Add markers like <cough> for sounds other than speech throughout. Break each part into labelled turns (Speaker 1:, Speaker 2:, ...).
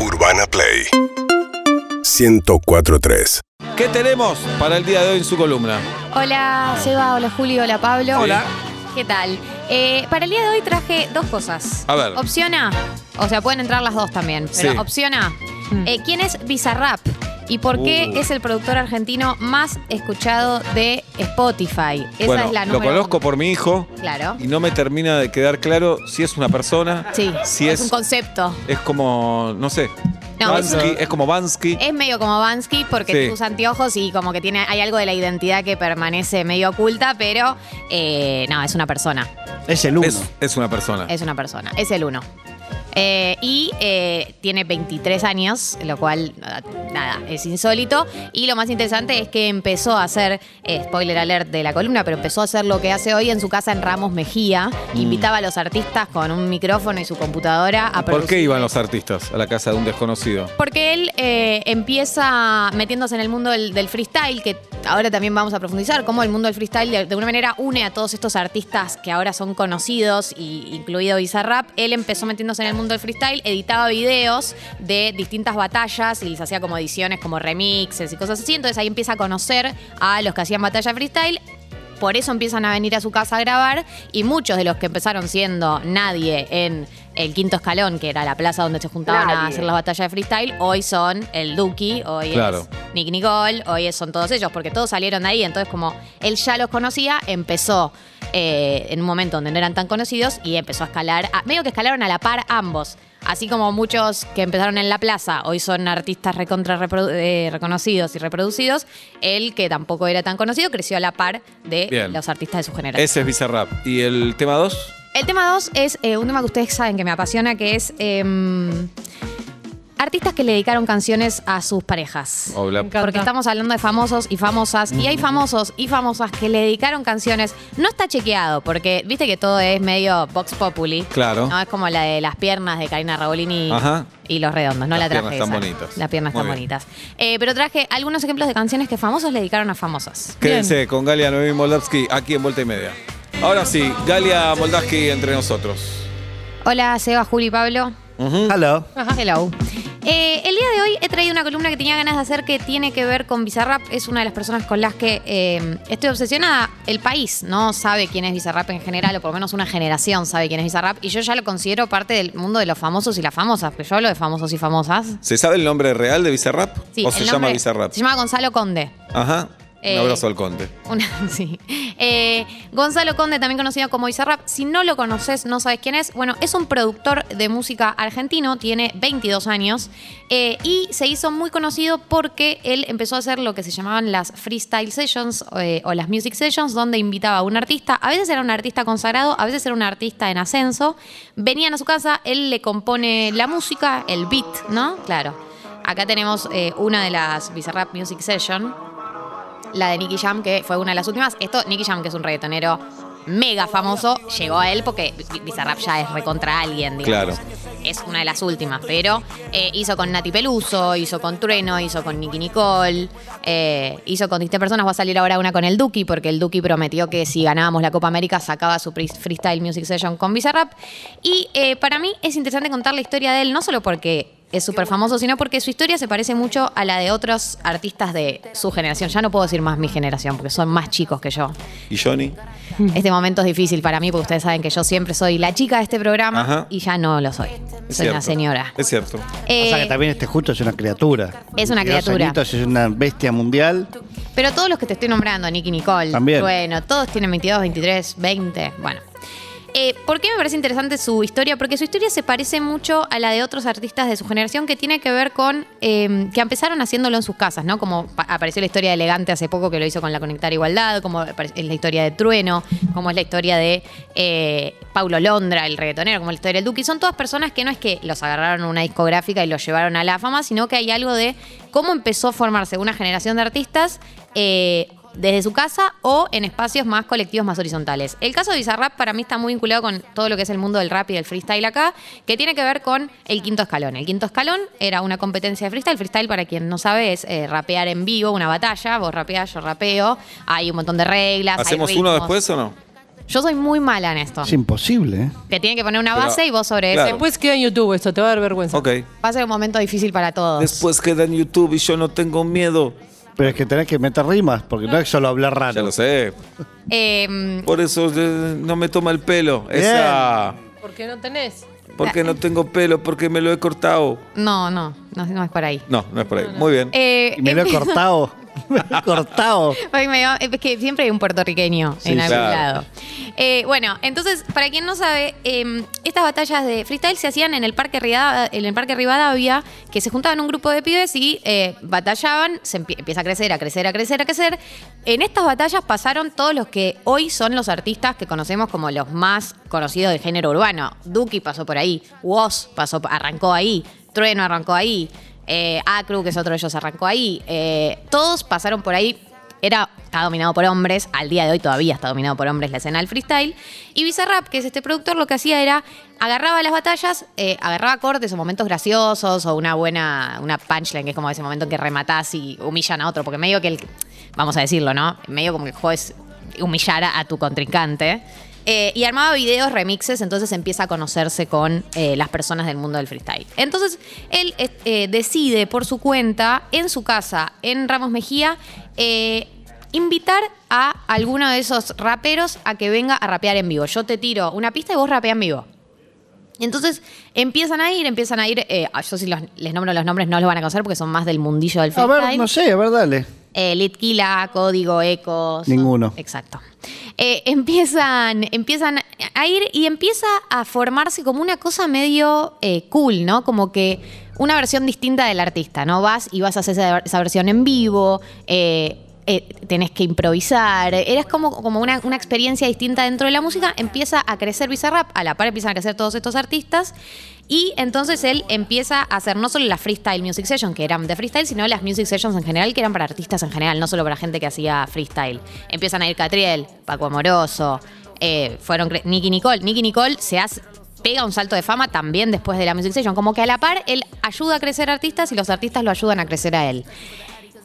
Speaker 1: Urbana Play 1043.
Speaker 2: ¿Qué tenemos para el día de hoy en su columna?
Speaker 3: Hola Seba, hola Julio, hola Pablo.
Speaker 2: Hola.
Speaker 3: ¿Qué tal? Eh, para el día de hoy traje dos cosas.
Speaker 2: A ver.
Speaker 3: Opción A, o sea, pueden entrar las dos también, pero
Speaker 2: Sí.
Speaker 3: opción A, eh, ¿quién es Bizarrap? ¿Y por qué
Speaker 2: Uh.
Speaker 3: es el productor argentino más escuchado de Spotify? Esa
Speaker 2: bueno,
Speaker 3: es la
Speaker 2: lo
Speaker 3: número
Speaker 2: conozco
Speaker 3: uno.
Speaker 2: por mi hijo
Speaker 3: Claro.
Speaker 2: y no me termina de quedar claro si es una persona,
Speaker 3: Sí,
Speaker 2: si
Speaker 3: es
Speaker 2: es
Speaker 3: un concepto.
Speaker 2: es como no sé,
Speaker 3: No, es
Speaker 2: Bansky, es, como Bansky.
Speaker 3: Es medio como Bansky porque
Speaker 2: Sí.
Speaker 3: usa anteojos y como que tiene hay algo de la identidad que permanece medio oculta, pero eh, no, es una persona.
Speaker 4: Es el uno.
Speaker 2: Es, es una persona.
Speaker 3: Es una persona, es el uno. Eh, y eh, tiene 23 años, lo cual, nada, nada, es insólito. Y lo más interesante es que empezó a hacer, eh, spoiler alert de la columna, pero empezó a hacer lo que hace hoy en su casa en Ramos Mejía.
Speaker 2: Mm.
Speaker 3: Invitaba a los artistas con un micrófono y su computadora a
Speaker 2: ¿Y ¿Por qué
Speaker 3: producir-
Speaker 2: iban los artistas a la casa de un desconocido?
Speaker 3: porque él eh, empieza metiéndose en el mundo del, del freestyle, que ahora también vamos a profundizar, cómo el mundo del freestyle de, de una manera une a todos estos artistas que ahora son conocidos, y, incluido Bizarrap. Él empezó metiéndose en el mundo del freestyle, editaba videos de distintas batallas y les hacía como ediciones, como remixes y cosas así. Entonces ahí empieza a conocer a los que hacían batalla freestyle por eso empiezan a venir a su casa a grabar y muchos de los que empezaron siendo nadie en el quinto escalón, que era la plaza donde se juntaban a hacer las batallas de freestyle, hoy son el Duki, hoy
Speaker 2: Claro.
Speaker 3: es Nick Nicole, hoy es- son todos ellos, porque todos salieron de ahí, entonces como él ya los conocía, empezó eh, en un momento donde no eran tan conocidos y empezó a escalar, a- medio que escalaron a la par ambos. Así como muchos que empezaron en la plaza, hoy son artistas recontra reprodu- eh, reconocidos y reproducidos, él que tampoco era tan conocido creció a la par de
Speaker 2: Bien.
Speaker 3: los artistas de su generación.
Speaker 2: Ese es Bizarrap. ¿Y el tema 2?
Speaker 3: El tema 2 es eh, un tema que ustedes saben que me apasiona, que es em, artistas que le dedicaron canciones a sus parejas. Porque estamos hablando de famosos y famosas, y hay
Speaker 2: Mm.
Speaker 3: famosos y famosas que le dedicaron canciones. No está chequeado, porque viste que todo es medio Vox Populi.
Speaker 2: Claro.
Speaker 3: No es como la de las piernas de Karina Rabolini
Speaker 2: Ajá.
Speaker 3: y los redondos. No
Speaker 2: Las
Speaker 3: la traje.
Speaker 2: piernas están
Speaker 3: esa.
Speaker 2: bonitas.
Speaker 3: Las piernas
Speaker 2: Muy
Speaker 3: están
Speaker 2: bien.
Speaker 3: bonitas. Eh, pero traje algunos ejemplos de canciones que famosos le dedicaron a famosas.
Speaker 2: Quédense con Galia Noemí Moldavsky aquí en Vuelta y Media. Ahora sí, Galia Moldavsky entre nosotros.
Speaker 3: Hola, Seba, Juli y Pablo.
Speaker 2: Ujú.
Speaker 4: Hello.
Speaker 3: Hello. Eh, el día de hoy he traído una columna que tenía ganas de hacer que tiene que ver con Bizarrap. Es una de las personas con las que eh, estoy obsesionada. El país no sabe quién es Bizarrap en general, o por lo menos una generación sabe quién es Bizarrap. Y yo ya lo considero parte del mundo de los famosos y las famosas, porque yo hablo de famosos y famosas.
Speaker 2: ¿Se sabe el nombre real de Bizarrap? ¿O
Speaker 3: el
Speaker 2: se llama
Speaker 3: nombre-
Speaker 2: Bizarrap?
Speaker 3: Se llama Gonzalo Conde.
Speaker 2: Ajá.
Speaker 3: Eh,
Speaker 2: Un abrazo al conde.
Speaker 3: Una- <laughs> sí. Eh, Gonzalo Conde, también conocido como Bizarrap. Si no lo conoces, no sabes quién es. Bueno, es un productor de música argentino, tiene 22 años eh, y se hizo muy conocido porque él empezó a hacer lo que se llamaban las freestyle sessions eh, o las music sessions, donde invitaba a un artista. A veces era un artista consagrado, a veces era un artista en ascenso. Venían a su casa, él le compone la música, el beat, ¿no? Claro. Acá tenemos eh, una de las Bizarrap Music Session la de Nicky Jam, que fue una de las últimas. Esto, Nicky Jam, que es un reggaetonero mega famoso, llegó a él porque Bizarrap ya es recontra alguien, digamos.
Speaker 2: Claro.
Speaker 3: Es una de las últimas, pero eh, hizo con Nati Peluso, hizo con Trueno, hizo con Nicky Nicole, eh, hizo con distintas personas. Va a salir ahora una con el Duki, porque el Duki prometió que si ganábamos la Copa América sacaba su pre- freestyle music session con Bizarrap. Y eh, para mí es interesante contar la historia de él, no solo porque es súper famoso, sino porque su historia se parece mucho a la de otros artistas de su generación. Ya no puedo decir más mi generación, porque son más chicos que yo.
Speaker 2: ¿Y Johnny?
Speaker 3: Este momento es difícil para mí, porque ustedes saben que yo siempre soy la chica de este programa
Speaker 2: Ajá.
Speaker 3: y ya no lo soy. Soy
Speaker 2: Es
Speaker 3: una
Speaker 2: cierto.
Speaker 3: señora.
Speaker 2: Es cierto.
Speaker 3: Eh,
Speaker 4: o sea que también este justo es una criatura.
Speaker 3: Es una
Speaker 4: 22
Speaker 3: criatura.
Speaker 4: añitos, Es una bestia mundial.
Speaker 3: Pero todos los que te estoy nombrando, Nicky Nicole,
Speaker 4: También.
Speaker 3: bueno, todos tienen 22, 23, 20, bueno. Eh, ¿Por qué me parece interesante su historia? Porque su historia se parece mucho a la de otros artistas de su generación que tiene que ver con eh, que empezaron haciéndolo en sus casas, ¿no? Como pa- apareció la historia de Elegante hace poco que lo hizo con la Conectar Igualdad, como apare- es la historia de Trueno, como es la historia de eh, Paulo Londra, el reggaetonero, como la historia del Duki. Son todas personas que no es que los agarraron una discográfica y los llevaron a la fama, sino que hay algo de cómo empezó a formarse una generación de artistas. eh, desde su casa o en espacios más colectivos, más horizontales. El caso de Bizarrap para mí está muy vinculado con todo lo que es el mundo del rap y del freestyle acá, que tiene que ver con el quinto escalón. El quinto escalón era una competencia de freestyle. Freestyle, para quien no sabe, es eh, rapear en vivo, una batalla. Vos rapeás, yo rapeo. Hay un montón de reglas. hay
Speaker 2: ¿Hacemos uno
Speaker 3: ritmos.
Speaker 2: después o no?
Speaker 3: Yo soy muy mala en esto.
Speaker 4: Es imposible, ¿eh?
Speaker 3: Te tienen que poner una
Speaker 2: Pero-
Speaker 3: base y vos sobre
Speaker 2: claro.
Speaker 3: ese.
Speaker 1: Después queda en YouTube esto, te va a dar vergüenza.
Speaker 2: Ok.
Speaker 3: Va a ser un momento difícil para todos.
Speaker 2: Después queda en YouTube y yo no tengo miedo.
Speaker 4: Pero es que tenés que meter rimas, porque no es solo hablar
Speaker 2: Ya
Speaker 4: raro.
Speaker 2: lo sé.
Speaker 3: Eh,
Speaker 2: Por eso eh, no me toma el pelo.
Speaker 4: Bien.
Speaker 2: Esa.
Speaker 1: ¿Por qué no tenés?
Speaker 2: Porque no tengo pelo, porque me lo he cortado.
Speaker 3: no, no, no, no es por ahí.
Speaker 2: No, no es por ahí. Muy bien.
Speaker 3: Eh, <laughs>
Speaker 4: Y me lo he
Speaker 3: empiezo-
Speaker 4: cortado. Me lo he cortado.
Speaker 3: Ay, me da- Es que siempre hay un puertorriqueño
Speaker 4: Sí,
Speaker 3: en algún
Speaker 2: claro.
Speaker 3: lado. Eh, bueno, entonces, para quien no sabe, eh, estas batallas de freestyle se hacían en el Parque, Rivada- en el parque Rivadavia, que se juntaban un grupo de pibes y eh, batallaban, se empie- empieza a crecer, a crecer, a crecer, a crecer. En estas batallas pasaron todos los que hoy son los artistas que conocemos como los más conocidos del género urbano. Duki pasó por ahí, Woz pasó, arrancó ahí, Trueno arrancó ahí. eh, Acru, que es otro de ellos, arrancó ahí. eh, todos pasaron por ahí era, está dominado por hombres, al día de hoy todavía está dominado por hombres la escena del freestyle. Y Bizarrap, que es este productor, lo que hacía era agarraba las batallas, eh, agarraba cortes o momentos graciosos o una buena, una punchline, que es como ese momento en que rematás y humillan a otro, porque medio que el, vamos a decirlo, ¿no? Medio como que el juego es humillar a, a tu contrincante. Eh, y armaba videos, remixes, entonces empieza a conocerse con eh, las personas del mundo del freestyle. Entonces, él eh, eh, decide por su cuenta, en su casa, en Ramos Mejía, eh, invitar a alguno de esos raperos a que venga a rapear en vivo. Yo te tiro una pista y vos rapeas en vivo. Y Entonces empiezan a ir, empiezan a ir. eh, yo, si los- les nombro los nombres, no los van a conocer porque son más del mundillo del
Speaker 4: A
Speaker 3: freestyle.
Speaker 4: ver, no sé, a ver, dale.
Speaker 3: Eh, Litquila, Código, Ecos.
Speaker 4: Ninguno.
Speaker 3: Exacto. Eh, empiezan, empiezan a ir y empieza a formarse como una cosa medio eh, cool, ¿no? Como que una versión distinta del artista, ¿no? Vas y vas a hacer esa, esa versión en vivo, eh, eh, tenés que improvisar, eras como, como una, una experiencia distinta dentro de la música, empieza a crecer Bizarrap, a la par empiezan a crecer todos estos artistas y entonces él empieza a hacer no solo las freestyle music sessions, que eran de freestyle, sino las music sessions en general, que eran para artistas en general, no solo para gente que hacía freestyle. Empiezan a ir Catriel, Paco Amoroso, eh, fueron cre- Nicky Nicole. Nicky Nicole se hace, pega un salto de fama también después de la music session. Como que a la par él ayuda a crecer artistas y los artistas lo ayudan a crecer a él.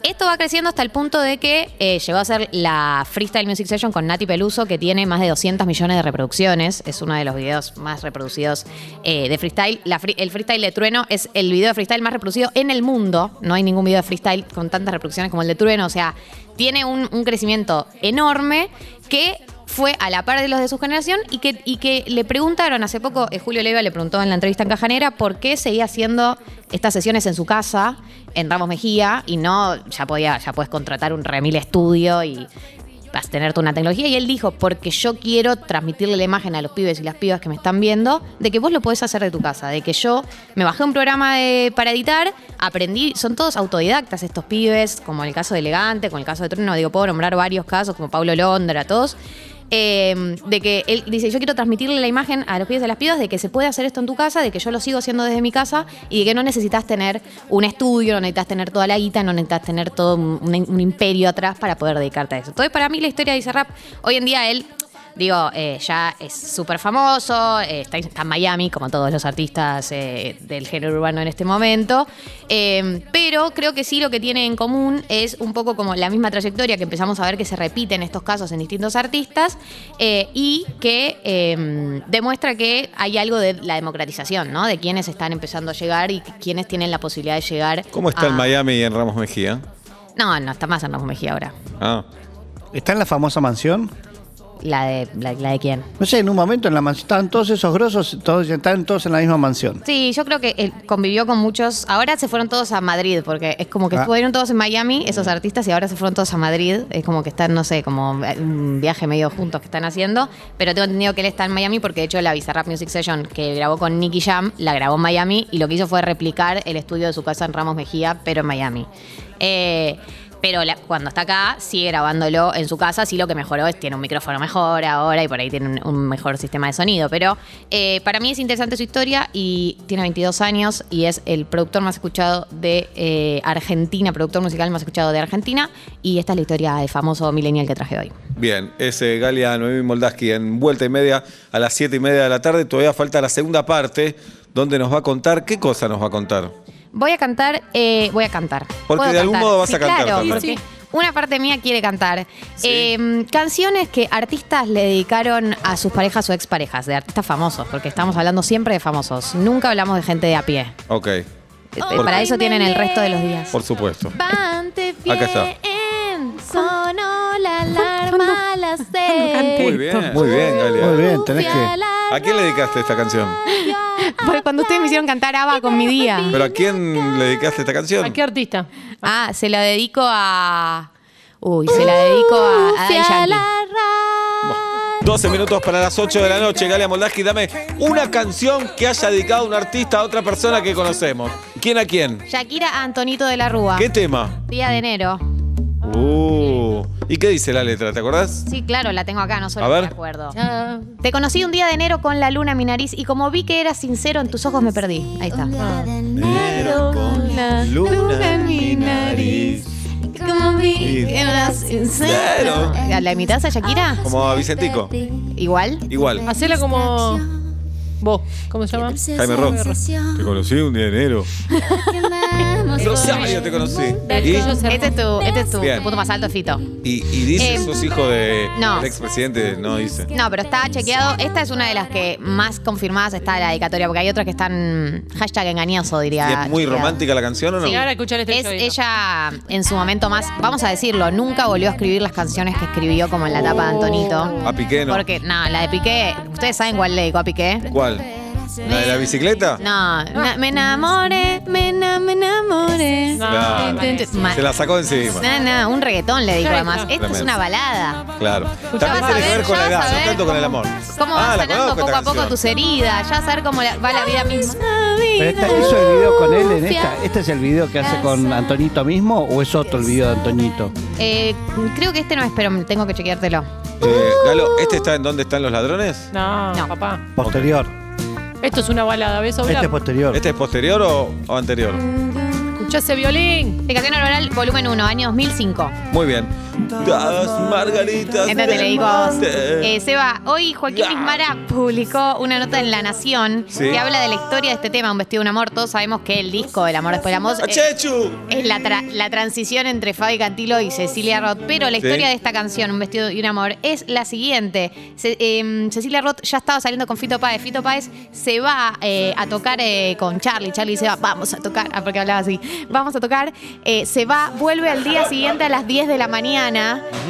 Speaker 3: Esto va creciendo hasta el punto de que eh, llegó a ser la Freestyle Music Session con Nati Peluso, que tiene más de 200 millones de reproducciones. Es uno de los videos más reproducidos eh, de freestyle. La fri- el freestyle de Trueno es el video de freestyle más reproducido en el mundo. No hay ningún video de freestyle con tantas reproducciones como el de Trueno. O sea, tiene un, un crecimiento enorme que fue a la par de los de su generación y que, y que le preguntaron hace poco, eh, Julio Leiva le preguntó en la entrevista en Cajanera por qué seguía haciendo estas sesiones en su casa, en Ramos Mejía, y no, ya podía, ya puedes contratar un remil estudio y vas a tener toda una tecnología. Y él dijo, porque yo quiero transmitirle la imagen a los pibes y las pibas que me están viendo, de que vos lo podés hacer de tu casa, de que yo me bajé un programa de- para editar, aprendí, son todos autodidactas estos pibes, como en el caso de Elegante, con el caso de Trueno, digo, puedo nombrar varios casos, como Pablo Londra, todos. eh, de que él dice, yo quiero transmitirle la imagen a los pibes y a las pibas de que se puede hacer esto en tu casa, de que yo lo sigo haciendo desde mi casa y de que no necesitas tener un estudio, no necesitas tener toda la guita, no necesitas tener todo un, un- un imperio atrás para poder dedicarte a eso. Entonces, para mí, la historia de Bizarrap, hoy en día él, digo, eh, ya es súper famoso, eh, está, está en Miami, como todos los artistas eh, del género urbano en este momento, eh, pero creo que sí lo que tiene en común es un poco como la misma trayectoria que empezamos a ver que se repite en estos casos en distintos artistas eh, y que eh, demuestra que hay algo de la democratización, ¿no? De quienes están empezando a llegar y quienes tienen la posibilidad de llegar.
Speaker 2: ¿Cómo está
Speaker 3: a-
Speaker 2: el Miami y en Ramos Mejía?
Speaker 3: No, no está más en Ramos Mejía ahora.
Speaker 2: Ah.
Speaker 4: ¿Está en la famosa mansión?
Speaker 3: La de, la, la de quién.
Speaker 4: No sé, en un momento en la mansión estaban todos esos grosos, todos estaban todos en la misma mansión.
Speaker 3: Sí, yo creo que él convivió con muchos. Ahora se fueron todos a Madrid, porque es como que
Speaker 4: Ah.
Speaker 3: estuvieron todos en Miami, esos artistas, y ahora se fueron todos a Madrid. Es como que están, no sé, como eh, un viaje medio juntos que están haciendo. Pero tengo entendido que él está en Miami, porque de hecho la Bizarrap Music Session que grabó con Nicky Jam la grabó en Miami, y lo que hizo fue replicar el estudio de su casa en Ramos Mejía, pero en Miami. Eh, pero la- cuando está acá, sigue grabándolo en su casa. Sí, lo que mejoró es tiene un micrófono mejor ahora y por ahí tiene un, un mejor sistema de sonido. Pero eh, para mí es interesante su historia y tiene 22 años y es el productor más escuchado de eh, Argentina, productor musical más escuchado de Argentina. Y esta es la historia del famoso millennial que traje hoy.
Speaker 2: Bien, es eh, Galia Noemí Moldaski en vuelta y media a las 7 y media de la tarde. Todavía falta la segunda parte, donde nos va a contar qué cosa nos va a contar.
Speaker 3: Voy a cantar, eh, voy a cantar.
Speaker 2: Porque
Speaker 3: ¿Puedo
Speaker 2: de algún
Speaker 3: cantar?
Speaker 2: modo vas
Speaker 3: Sí,
Speaker 2: a cantar
Speaker 3: Claro,
Speaker 2: también.
Speaker 3: porque
Speaker 1: Sí,
Speaker 3: Una parte mía quiere cantar. Eh, canciones que artistas le dedicaron a sus parejas o exparejas, de artistas famosos, porque estamos hablando siempre de famosos. Nunca hablamos de gente de a pie.
Speaker 2: Ok,
Speaker 3: Eh,
Speaker 2: Por-
Speaker 3: Para eso tienen el resto de los días.
Speaker 2: por supuesto.
Speaker 5: Bastante bien.
Speaker 2: Acá está.
Speaker 5: Sonó la alarma a
Speaker 3: <laughs>
Speaker 5: las seis.
Speaker 2: Muy bien, muy bien, Galia.
Speaker 4: Muy bien, tenés
Speaker 5: Fui a
Speaker 4: que.
Speaker 5: la
Speaker 2: ¿A quién le dedicaste esta canción?
Speaker 5: radio a
Speaker 3: Porque cuando ustedes me hicieron cantar ABBA con mi día.
Speaker 2: ¿Pero a quién le dedicaste esta canción?
Speaker 1: ¿A qué artista?
Speaker 3: Ah, se la dedico a. Uy, se la dedico a, a Daddy
Speaker 5: Fui a
Speaker 3: Yankee.
Speaker 5: la radio.
Speaker 2: 12 minutos para las 8 de la noche, Galia Moldaski, dame una canción que haya dedicado un artista a otra persona que conocemos. ¿Quién a quién?
Speaker 3: Shakira a Antonito de la Rúa.
Speaker 2: ¿Qué tema?
Speaker 3: Día de enero.
Speaker 2: Uh, ¿Y qué dice la letra? ¿Te acordás?
Speaker 3: Sí, claro, la tengo acá, no solo
Speaker 2: A
Speaker 3: me
Speaker 2: ver.
Speaker 3: acuerdo.
Speaker 1: Ah,
Speaker 3: Te conocí un día de enero con la luna en mi nariz y como vi que eras sincero en tus ojos me perdí. Ahí está.
Speaker 2: Ah. con la luna en mi nariz.
Speaker 3: Como vi que eras sincero. ¿La imitas a Shakira?
Speaker 2: Como a Vicentico.
Speaker 3: Igual.
Speaker 2: Igual.
Speaker 1: Hacela como. Vos, ¿cómo se llama?
Speaker 2: Jaime Rock. Te conocí un día de enero. <laughs> Rosario te conocí. ¿Y?
Speaker 3: Este es tu, este es tu
Speaker 2: Bien.
Speaker 3: punto más alto, Fito.
Speaker 2: Y, y dice,
Speaker 3: Eh,
Speaker 2: sos hijo de
Speaker 3: no.
Speaker 2: del expresidente, no dice.
Speaker 3: No, pero está chequeado. Esta es una de las que más confirmadas está la dedicatoria, porque hay otras que están hashtag engañoso, diría.
Speaker 2: ¿Y es muy
Speaker 3: chequeado.
Speaker 2: romántica la canción o no?
Speaker 1: Sí, ahora escuchar este
Speaker 3: Es
Speaker 1: episodio.
Speaker 3: ella en su momento más, vamos a decirlo, nunca volvió a escribir las canciones que escribió como en la etapa de Antonito.
Speaker 2: A Piqué no.
Speaker 3: Porque, no, la de Piqué, ¿ustedes saben cuál le dedicó a Piqué?
Speaker 2: ¿Cuál? ¿La de la bicicleta?
Speaker 3: No, na- me enamoré, me, na- me enamoré.
Speaker 1: No,
Speaker 2: Claro.
Speaker 1: me parece.
Speaker 3: Ma-
Speaker 2: Se la sacó encima.
Speaker 3: No, no, un reggaetón le digo
Speaker 1: Claro.
Speaker 3: además. Esta es
Speaker 2: Tremendo.
Speaker 3: una balada.
Speaker 2: Claro.
Speaker 1: Ya vas
Speaker 2: También
Speaker 1: a
Speaker 2: tiene que
Speaker 1: ver,
Speaker 2: ver con
Speaker 3: ya
Speaker 2: la edad,
Speaker 3: vas a
Speaker 2: no
Speaker 3: ver
Speaker 2: tanto con el
Speaker 3: cómo-
Speaker 2: amor.
Speaker 3: Cómo
Speaker 2: Ah,
Speaker 3: vas
Speaker 2: la
Speaker 3: sanando
Speaker 2: conozco
Speaker 3: poco
Speaker 2: esta
Speaker 3: a poco
Speaker 2: canción.
Speaker 3: tus heridas, ya vas a ver cómo la- va la vida misma.
Speaker 4: Pero esta- ¿Hizo el video con él en esta? ¿Este es el video que hace con Antonito mismo o es otro el video de Antonito?
Speaker 3: Eh, creo que este no es, pero tengo que chequeártelo.
Speaker 2: Eh, Galo, ¿este está en dónde están los ladrones?
Speaker 1: No,
Speaker 3: No.
Speaker 1: papá.
Speaker 4: Posterior.
Speaker 1: Esto es una balada, ¿ves? Oblap?
Speaker 4: Este es posterior.
Speaker 2: ¿Este es posterior o, o anterior?
Speaker 1: Escuchá ese violín.
Speaker 3: Explicación oral, volumen 1, año 2005.
Speaker 2: Muy bien.
Speaker 3: Mm,
Speaker 2: Las margaritas.
Speaker 3: Esta te
Speaker 2: del
Speaker 3: le digo a vos.
Speaker 2: mate.
Speaker 3: Eh, Seba, hoy Joaquín Bismara publicó una nota en La Nación
Speaker 2: Sí.
Speaker 3: que habla de la historia de este tema, Un vestido, un amor. Todos sabemos que el disco El amor después del amor
Speaker 2: ¡A
Speaker 3: eh,
Speaker 2: Chechu!
Speaker 3: es la, tra- la transición entre Fabi Cantilo y Cecilia Roth. Pero la
Speaker 2: Sí.
Speaker 3: historia de esta canción, Un vestido y un amor, es la siguiente. Ce- eh, Cecilia Roth ya estaba saliendo con Fito Páez. Fito Páez se va eh, a tocar eh, con Charlie. Charlie se va, vamos a tocar, ah, porque hablaba así, vamos a tocar. Eh, se va, vuelve al día siguiente a las 10 de la mañana.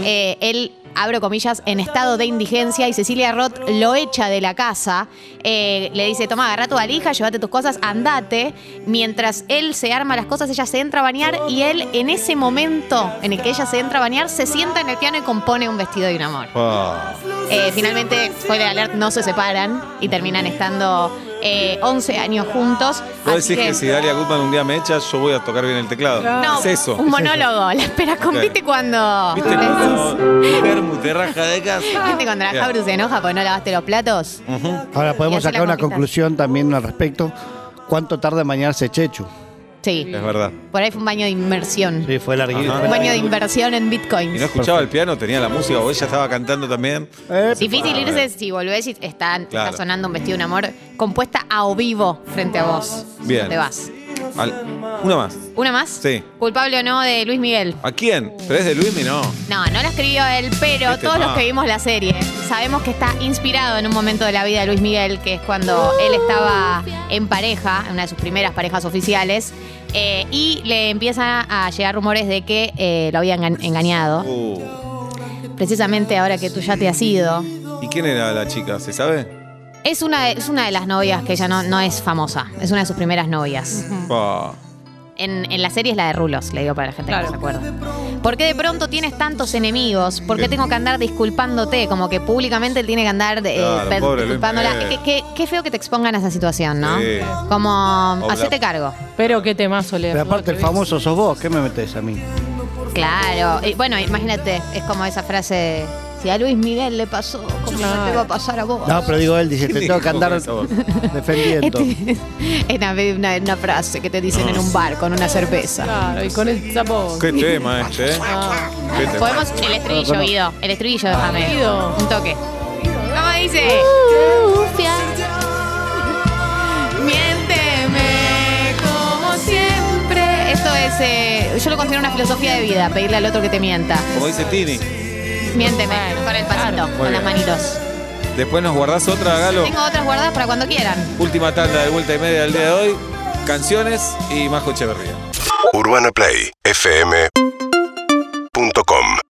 Speaker 3: Eh, él abro comillas, en estado de indigencia y Cecilia Roth lo echa de la casa. Eh, le dice, toma, agarra tu valija, llévate tus cosas, andate. Mientras él se arma las cosas, ella se entra a bañar y él en ese momento en el que ella se entra a bañar, se sienta en el piano y compone un vestido de un amor.
Speaker 2: Ah,
Speaker 3: Eh, finalmente, spoiler alert, no se separan y terminan estando eh, 11 años juntos.
Speaker 2: Vos
Speaker 3: Así
Speaker 2: decís que si Dalia Goodman un día me echa, yo voy a tocar bien el teclado.
Speaker 3: No,
Speaker 2: es eso.
Speaker 3: un monólogo. La espera, con-
Speaker 2: Claro.
Speaker 3: ¿viste cuando...
Speaker 2: ¿Viste cuando Bermud te raja de casa?
Speaker 3: ¿Viste cuando la
Speaker 2: Bien.
Speaker 3: Jabru se enoja porque no lavaste los platos?
Speaker 4: Ahora
Speaker 3: Y
Speaker 4: podemos
Speaker 3: hace
Speaker 4: sacar
Speaker 3: la
Speaker 4: una
Speaker 3: boquita.
Speaker 4: conclusión también al respecto. ¿Cuánto tarda en bañarse Chechu?
Speaker 3: Sí.
Speaker 2: Es verdad.
Speaker 3: Por ahí fue un baño de inversión.
Speaker 4: Sí, fue larguito.
Speaker 2: Ajá.
Speaker 3: Un baño de
Speaker 4: Fue
Speaker 3: inversión en
Speaker 2: Y
Speaker 3: bitcoins.
Speaker 2: no escuchaba el piano, tenía la música o ella estaba cantando también.
Speaker 4: larguito. Eh,
Speaker 3: Difícil irse si volvés y está, está
Speaker 2: Claro.
Speaker 3: sonando un vestido de un amor compuesta a o vivo frente a vos.
Speaker 2: Bien.
Speaker 3: Te vas.
Speaker 2: Al- una más.
Speaker 3: ¿Una más?
Speaker 2: Sí.
Speaker 3: ¿Culpable o no de Luis Miguel?
Speaker 2: ¿A quién? ¿Pero es de Luismi? No.
Speaker 3: No, no la escribió él, pero
Speaker 2: Este
Speaker 3: todos
Speaker 2: tema.
Speaker 3: los que vimos la serie sabemos que está inspirado en un momento de la vida de Luis Miguel, que es cuando él estaba en pareja, en una de sus primeras parejas oficiales, eh, y le empiezan a llegar rumores de que eh, lo habían enga- engañado.
Speaker 2: Uh,
Speaker 3: Precisamente ahora que tú ya te has ido.
Speaker 2: ¿Y quién era la chica? ¿Se sabe?
Speaker 3: Es una de, es una de las novias que ella no, no es famosa, es una de sus primeras novias.
Speaker 2: Pa.
Speaker 3: En, en la serie es la de Rulos, le digo para la gente
Speaker 1: Claro.
Speaker 3: que no se acuerda. ¿Por qué de pronto tienes tantos enemigos? ¿Por qué tengo que andar disculpándote? Como que públicamente él tiene que andar eh,
Speaker 2: Claro,
Speaker 3: pe-
Speaker 2: pobre Luis
Speaker 3: disculpándola.
Speaker 2: Miguel.
Speaker 3: Qué, qué- qué feo que te expongan a esa situación, ¿no?
Speaker 2: Sí.
Speaker 3: Como,
Speaker 2: Obla-
Speaker 3: hacete cargo.
Speaker 1: Pero qué temazo le
Speaker 4: Pero aparte el famoso sos vos, ¿qué me metés a mí?
Speaker 3: Claro. Y bueno, imagínate, es como esa frase de, si a Luis Miguel le pasó, ¿cómo no te va a pasar a vos?
Speaker 4: No, pero digo él, dice,
Speaker 2: ¿Quién
Speaker 4: te
Speaker 2: dijo
Speaker 4: tengo que andar
Speaker 2: esa voz?
Speaker 3: <laughs>
Speaker 4: defendiendo.
Speaker 3: Este- es una, una- una frase que te dicen en un bar con una cerveza.
Speaker 1: Claro, y con el sapo.
Speaker 2: Qué tema este, ¿eh? Qué tema.
Speaker 3: Podemos el estribillo, Guido. El estribillo, déjame.
Speaker 1: Guido.
Speaker 3: Un toque. ¿Cómo dice?
Speaker 5: Fui a
Speaker 3: Miénteme como siempre. Esto es dice, yo lo considero una filosofía de vida, pedirle al otro que te mienta.
Speaker 2: Como dice Tini.
Speaker 3: Miénteme,
Speaker 1: Bueno,
Speaker 3: para el pasito,
Speaker 1: claro.
Speaker 2: Muy
Speaker 3: con las
Speaker 2: bien. Oh.
Speaker 3: manitos.
Speaker 2: Después nos guardás otra, Galo.
Speaker 3: Tengo otras guardadas para cuando quieran.
Speaker 2: Última tanda de vuelta y media del día de hoy. Canciones y Majo Echeverría.
Speaker 6: Urbana Play fm.com